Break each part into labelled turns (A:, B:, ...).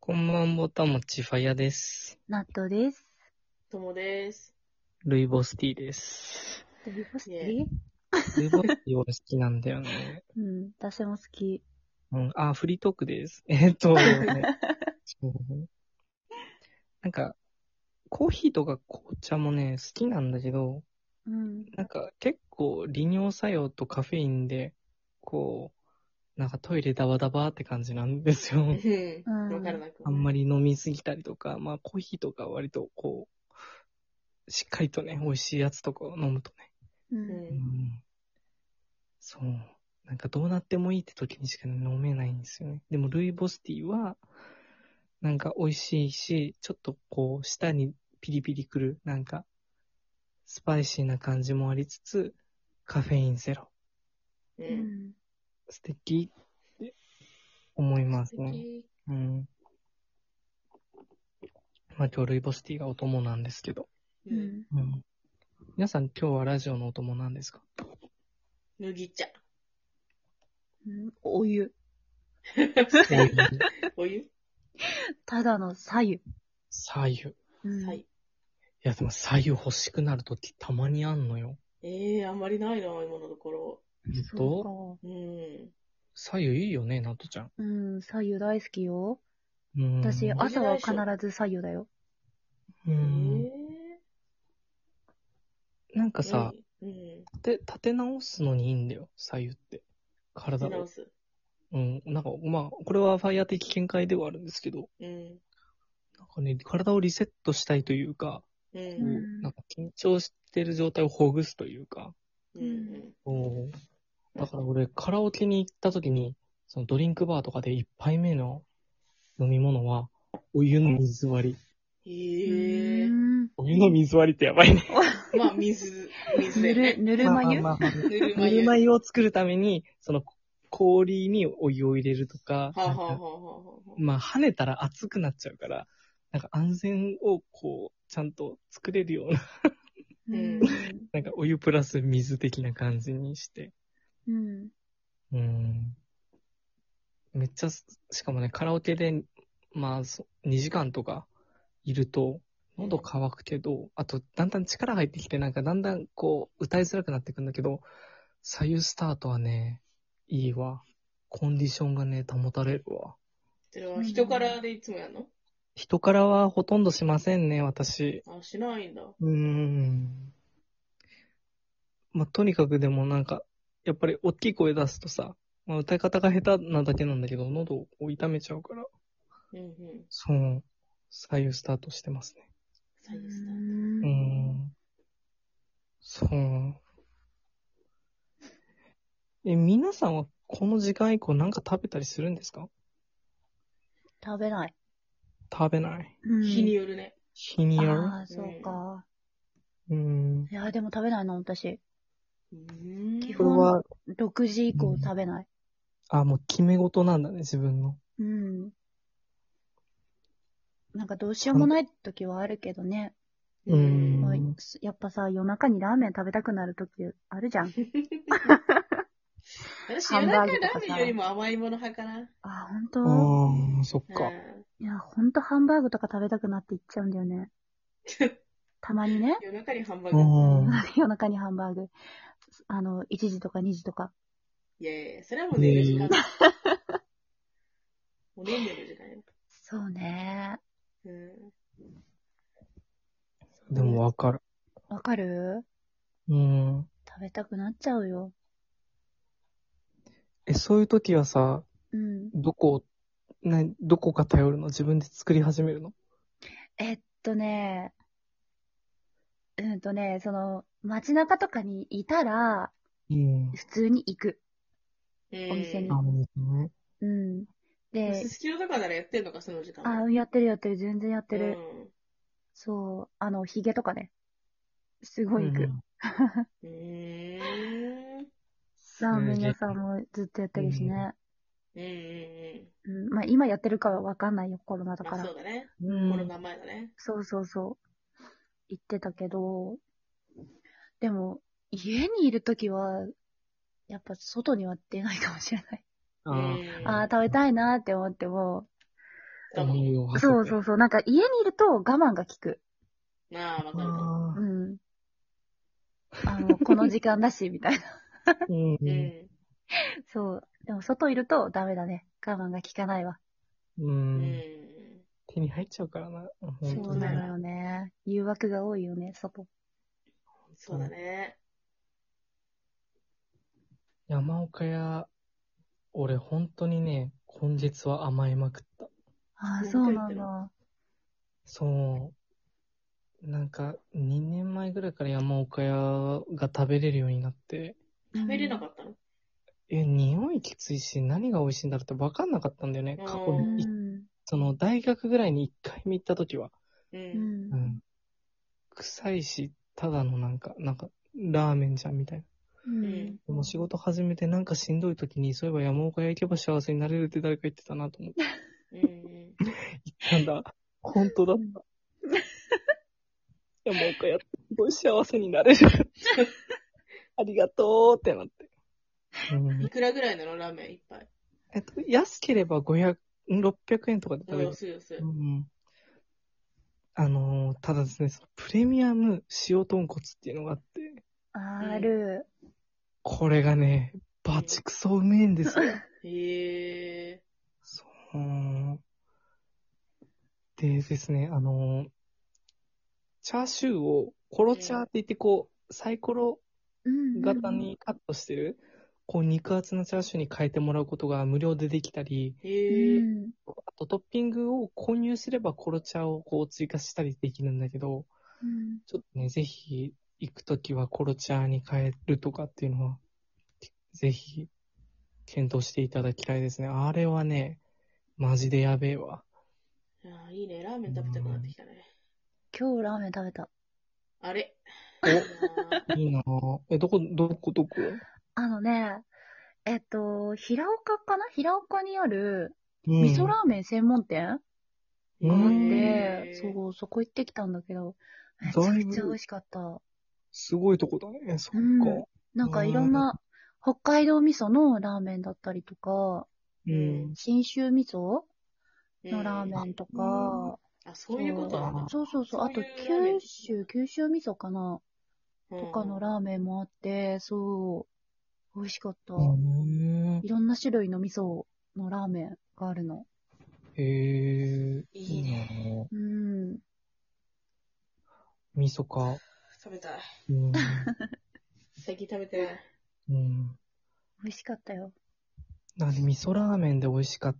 A: こんばんぼたもちファヤです。
B: ナットです。
C: ともです。
A: ルイボスティーです。
B: ルイボスティー
C: ね
A: ルイボスティー俺好きなんだよ ね。
B: うん、私も好き。
A: うん、あ、フリートークです。 えっと、そうなんか、コーヒーとか紅茶もね、好きなんだけど、
B: うん。
A: なんか結構利尿作用とカフェインで、こう、なんかトイレダバダバって感じなんですよ。
C: うん。わからなく
A: あんまり飲みすぎたりとか、まあコーヒーとか割とこう、しっかりとね、美味しいやつとかを飲むとね。
B: う。
C: うんん。
A: そう。なんかどうなってもいいって時にしか飲めないんですよね。でもルイボスティーは、なんか美味しいし、ちょっとこう、舌にピリピリくる、なんか、スパイシーな感じもありつつ、カフェインゼロ。
C: う。
B: うんん。
A: 素敵って思います
C: 素
A: ね。
C: 敵。
A: うん。まあ今日ルイボスティーがお供なんですけど。
B: う
C: うん。
B: ん。
A: うん。皆さん今日はラジオのお供なん ですか
C: 麦茶。
B: うんお湯。
C: お湯
B: ただの左右。
A: 左右。
B: うん
C: はい。
A: いや、でも左右欲しくなるときたまにあんのよ。
C: ええあんまりないな、今のところ。
A: と
B: そう
C: うん。
A: 左右いいよね、ナトちゃん。
B: か。うん、左右大好きよ。
A: うん。
B: 私、
A: あ、
B: 朝は必ず左右だよ。
A: う
C: え
A: ん。なん
C: え
A: かさ、
C: うん。
A: 立て、立て直すのにいいんだよ、左右って。体
C: 出
A: を
C: 直。す。
A: うん。なんか、まあ、これはファイヤー的見解ではあるんですけど、
C: うん。
A: なんかね、体をリセットしたいというか、
C: う。
B: うんん
A: なんか緊張してる状態をほぐすというか、
C: うん。
A: そうだから俺、カラオケに行った時に、そのドリンクバーとかで一杯目の飲み物は、お湯の水割り。
C: ええ
B: うん
A: お湯の水割りってやばいね。
C: まあ、水、水
B: ぬ
C: で
B: る、
C: ね。
B: ぬるま湯
A: まあまあまあ
C: ぬるま
A: ぬる
C: 湯。
A: ま
C: は
A: 湯を作るために、その氷にお湯を入れるとか、
C: あはあ
A: なん
C: はあ
A: か
C: はあはあ。
A: まあ跳ねたら熱くなっちゃうから、なんか安全をこう、ちゃんと作れるような、
B: うん
A: なんかお湯プラス水的な感じにして。
B: うん。
A: うん。めっちゃす、しかもね、カラオケで、まあ、そ2時間とかいると、喉乾くけど、あと、だんだん力入ってきて、なんか、だんだん、こう、歌いづらくなってくんだけど、左右スタートはね、いいわ。コンディションがね、保たれるわ。
C: それは人からでいつもやんの
A: 人からはほとんどしませんね、私。
C: あ、しないんだ。
A: うーん。まあ、とにかくでもなんか、やっぱり大きい声出すとさ、まあ、歌い方が下手なだけなんだけど、喉を痛めちゃうから、
C: うんうん。
A: そう、左右スタートしてますね。
C: サインスタ
A: う
C: ー
A: ー。
B: うん
A: そう。え、皆さんはこの時間以降なんか食べたりするんですか
B: 食べない。
A: 食べない。
B: うん
C: 日によるね。
A: 日による
B: ああ、そうか。
A: うーん。
B: いや、でも食べないの、私。
C: うん。
B: 基
A: これ
B: 本
A: は、
B: 6時以降食べない。
A: あ、もう決め事なんだね、自分の。
B: うん。なんかどうしようもない時はあるけどね。
A: うん
B: まあやっぱさ、夜中にラーメン食べたくなる時あるじゃん。
C: 私、
B: ハン
C: 夜
B: バー
C: 中
B: グと
C: ラ
B: かさ
C: ーメンよりも甘いもの派かな。
B: あ、
A: あ
B: 本
A: あ、そっか。
C: うん。
B: 当いや、ほんとハンバーグとか食べたくなっていっちゃうんだよ ね。たまにね
C: 夜中にハンバー
A: う
C: グ。
A: ん。
B: 夜中にハンバーグ。あの、1時とか2時とか。
C: いやいやいや、それはもう寝る時間だ。もう飲んでる時間よ。
B: そうね。
C: う
A: でもわかる。
B: わかる
A: うん。
B: 食べたくなっちゃうよ。
A: え、そういう時はさ、
B: うん。
A: どこ、な、どこか頼るの自分で作り始めるの
B: えっとね、うんとね、その、街中とかにいたら、
A: うん。
B: 普通に行く。
C: ん。
B: お店に
A: あ、もうね。
B: うん。
C: うん。
B: で
C: ス、スキロとかならやってんのか、その時間。
B: あ、
C: やっ
B: やってるやってる、全然やってる。
C: る。
B: そう、あの、ヒゲとかね。すごい行く。
C: うーん。
B: ラーメン屋さんもずっとやってるしね。
C: うんうんうん。
B: うん、まあ今やってるかはわかんないよ、コロナだか
C: まあ
B: ら。
C: そうだね。
A: う
C: コ
A: ん。
C: ロナ前だね。
B: そうそうそう。行ってたけど、でも、家にいるときは、やっぱ外には出ないかもしれない。
A: あー
C: うん
B: ああ、食べたいなって思っても、
C: 我
A: 思
C: 慢。
A: いを馳せて。
B: そうそうそう。なんか家にいると我慢が効く。
C: なあ、わかるかも。
A: あー
B: うん。あの、この時間だし、みたいな。
A: うん
C: う。
A: うん
B: そう。でも外いるとダメだね。我慢が効かないわ。
A: う。
C: うんん。
A: 手に入っちゃうからな。本当に
B: そうなのよね。誘惑が多いよね、外。
C: そうだね。
A: 山岡屋、俺本当にね、今月は甘えまくった。
B: ああ、
C: うん
B: そうなんだ。
A: そう。なんか、2年前ぐらいから山岡屋が食べれるようになって、
B: 食
C: 食べれなかったの
A: え、匂いきついし、何が美味しいんだろうって分かんなかったんだよね。過去
B: う
A: に、い
B: ん。
A: その、大学ぐらいに1回目行った時は。
B: う
C: う。
B: ん。
A: うんん。臭いし、ただのなんか、なんか、ラーメンじゃんみたいな。
B: うん。
A: でも仕事始めてなんかしんどい時に、そういえば山岡屋行けば幸せになれるって誰か言ってたなと思って。
C: うん。
A: 行ったんだ。本当だった。山岡屋ってすごい幸せになれる。ありがとうってなって。うん
C: いくらぐらいなのラーメン一杯。
A: えっと、安ければ500、600円とかで食べる。
C: 安い安い。
A: うん、あのーただですね、そのプレミアム塩豚骨っていうのがあって、
B: ある。
A: これがね、バチクソうめえんですよ。
C: へえ。
A: うんでですね、あのーチャーシューをコロチャーって言ってこう、サイコロ
B: うん。
A: 型。にカットしてる、こう肉厚なチャーシューに変えてもらうことが無料でできたり、
B: う
C: へえ。
B: ん。
A: あとトッピングを購入すればコロチャーをこう追加したりできるんだけど、
B: うん。
A: ちょっとね、ぜひ行くときはコロチャーに変えるとかっていうのは、ぜひ検討していただきたいですね。あれはね、マジでやべえわ。
C: ああ、いいね。ラーメン食べたくなってきたね。
B: 今日ラーメン食べた。
C: あれ
A: いいなぁ。 え、どこ、どこ、どこ
B: あのね、えっと、平岡かな平岡にある、
A: うん
B: 味噌ラーメン専門店
A: う
B: があっ
A: ん
B: て、
C: へー
B: そう、そこ行ってきたんだけど、めち
A: だ
B: ゃ
A: い
B: く
A: ぶ
B: ちゃ美味しかった。
A: すごいとこだね。そっか。
B: うんなんかいろんな、北海道味噌のラーメンだったりとか、
A: うん。
C: うん
B: 信州味噌のラー
C: ン。
B: メンと
A: うん
B: か、
C: あ、そういうことなんだ。
B: そうそうそう、あと
C: そういうラーメン
B: 九州、九州味噌かな
C: と
B: とかのラーメンもあって、そう、美味しかった。
A: うん
B: いろんな種類の味噌のラーメンがあるの。
A: へえ。
C: いいね
A: なぁ。
B: うん。
A: 味噌か。
C: 食べたい。
A: うん。
C: 最近食べてない。
A: うん。
B: 美味しかったよ。
A: なんで味噌ラーメンで美味しかっ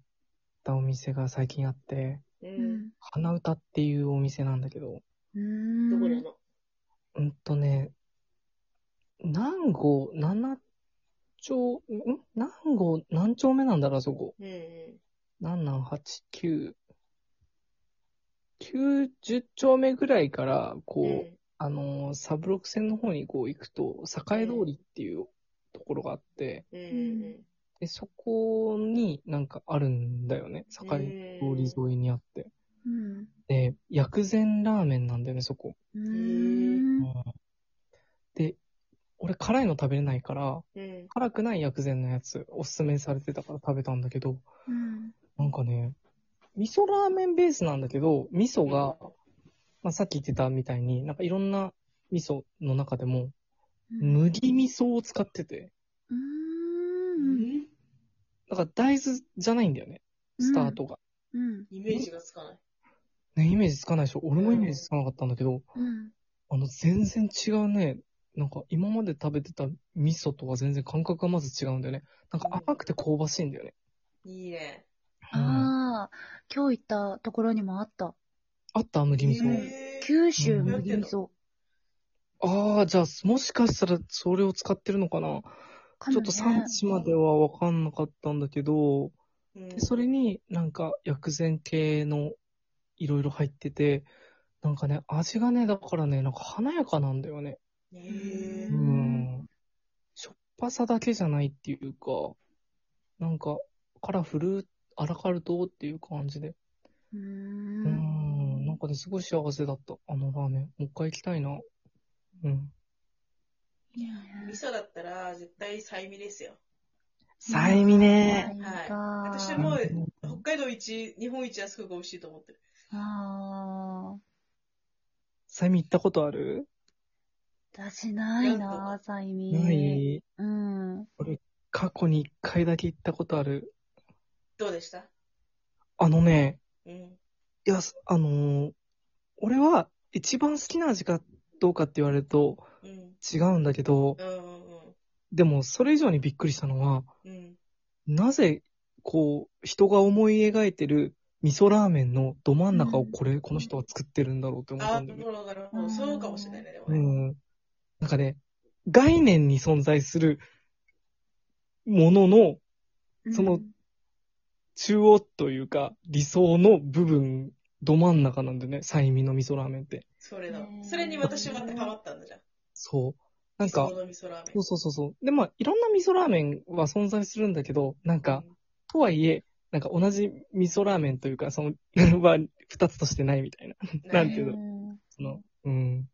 A: たお店が最近あって、
B: う
C: うん。
B: ん。
A: 花歌っていうお店なんだけど、
B: うん。
C: どこなの
A: うんとね、南郷七丁、ん南郷何丁目なんだろう、あそこ。
C: うんうん。
A: 7、8、9、9、10丁目ぐらいから、こう、
C: うん
A: あのー、サブロック線の方にこう行くと、栄通りっていうところがあって、
C: うんうん
A: で、そこになんかあるんだよね。栄通り沿いにあって。
B: うん。
A: で、薬膳ラーメンなんだよね、そこ。
B: う。
A: うんんで、俺辛いの食べれないから、
C: うん。うん。
A: 辛くない薬膳のやつ、おすすめされてたから食べたんだけど、
B: うん。
A: なんかね、味噌ラーメンベースなんだけど、味噌が、まあ、さっき言ってたみたいに、なんかいろんな味噌の中でも、
B: うん。
A: 麦味噌を使ってて、
B: うん。
A: だから大豆じゃないんだよね、スタートが。
B: うん。
C: イメージがつかない。
A: ね、イメージつかないでしょ俺もイメージつかなかったんだけど、
B: うん。
A: あの、全然違うね。なんか今まで食べてた味噌とは全然感覚がまず違うんだよね。なんか甘くて香ばしいんだよね。
C: いいね。
A: うん
B: ああ、今日行ったところにもあった。
A: あった麦味噌。
C: へー
B: 九州麦味噌。
A: ああ、じゃあ、もしかしたらそれを使ってるのかな
B: か
A: ち
B: も
A: ょっ
B: ね
A: と産地までは分かんなかったんだけど、
C: うん
A: でそれになんか薬膳系のいろいろ入ってて、なんかね、味がね、だからね、なんか華やかなんだよね。
C: へ
A: う
C: ー
B: ん
A: ん。しょっぱさだけじゃないっていうか、なんかカラフル、アラカルトっていう感じで。う
B: う。
A: んん。なんかね、すごい幸せだった。あのラーメン。もう一回行きたいな。うん。
B: いや
C: 味噌だったら絶対催味ですよ。
A: サイミね。
B: はい
C: 私も北海道一、日本一安くが美味しいと思ってる。
B: ああ、
A: サイミ行ったことある
B: 私ないな、サイミ。
A: ない。
B: うん。
A: 過去に一回だけ行ったことある。
C: どうでした
A: あのね、
C: うん。
A: いや、すあのー俺は一番好きな味かどうかって言われると
C: うん。
A: 違うんだけど、
C: うんうん
A: でもそれ以上にびっくりしたのは、
C: うん。うん。
A: なぜ、こう、人が思い描いてる味噌ラーメンのど真ん中をこれ、この人は作ってるんだろうって思っ
C: あ
A: た
C: あ、
A: んだ
C: な
A: け
C: る
A: ど。
C: ほど、なるほど。そうかもしれないね、でも
A: う
C: ね。
A: ん。なんかね、概念に存在するもののその中央というか理想の部分、ど真ん中なんでね、サイミの味噌ラーメンって。
C: それだ
B: ね。
C: それに私またハマったんだじゃん。
A: そう。なんか
C: 理想、の味噌ラーメン。
A: そうそうそうそう。で、まあ、いろんな味噌ラーメンは存在するんだけど、なんか、とはいえ、なんか同じ味噌ラーメンというか、その、は二つとしてないみたいな。
C: うん、
A: なん
B: う
A: ていうの
B: ん。
A: その、うん。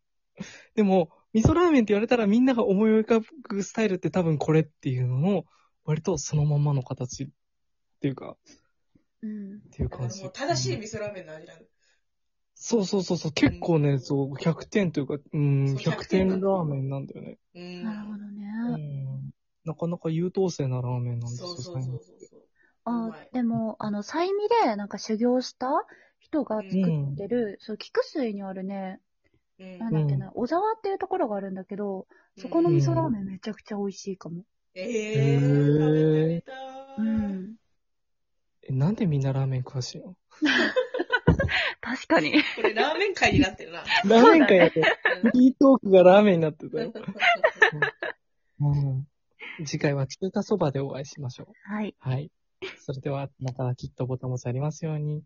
A: でも、味噌ラーメンって言われたらみんなが思い浮かぶスタイルって多分これっていうのの、割とそのままの形っていうか、
B: うん。
A: っていう
C: だから
A: 感じ
C: もう。正しい味噌ラーメンの味なんだ。
A: そうそうそうそう、結構ね、そう、100点というか、うん、
C: そう
A: 100点ラーメンなんだよね。
C: う
B: なるほ
C: ん。
B: ど
A: う
B: ね。
A: ん。なかなか優等生なラーメンなんです
C: そ
A: よ、
C: うそうそうそうそう。う
B: あ
C: まい、
B: でも、あの、サイミで、なんか修行した人が作ってる、そう、菊水にあるね、
C: うん
B: なんだっけな、小沢っていうところがあるんだけど、そこの味噌ラーメンめちゃくちゃ美味しいかも。
C: えー、食べてみたい。
B: うん。
A: え、なんでみんなラーメン詳しいの
B: 確かに。
C: これラーメン会になって るな。
A: ラーメン会やって、フリートークがラーメンになってたよ。
C: う
A: うん、次回は中華そばでお会いしましょう。
B: はい。
A: はい。それでは、あなたはきっとボタン持ちありますように。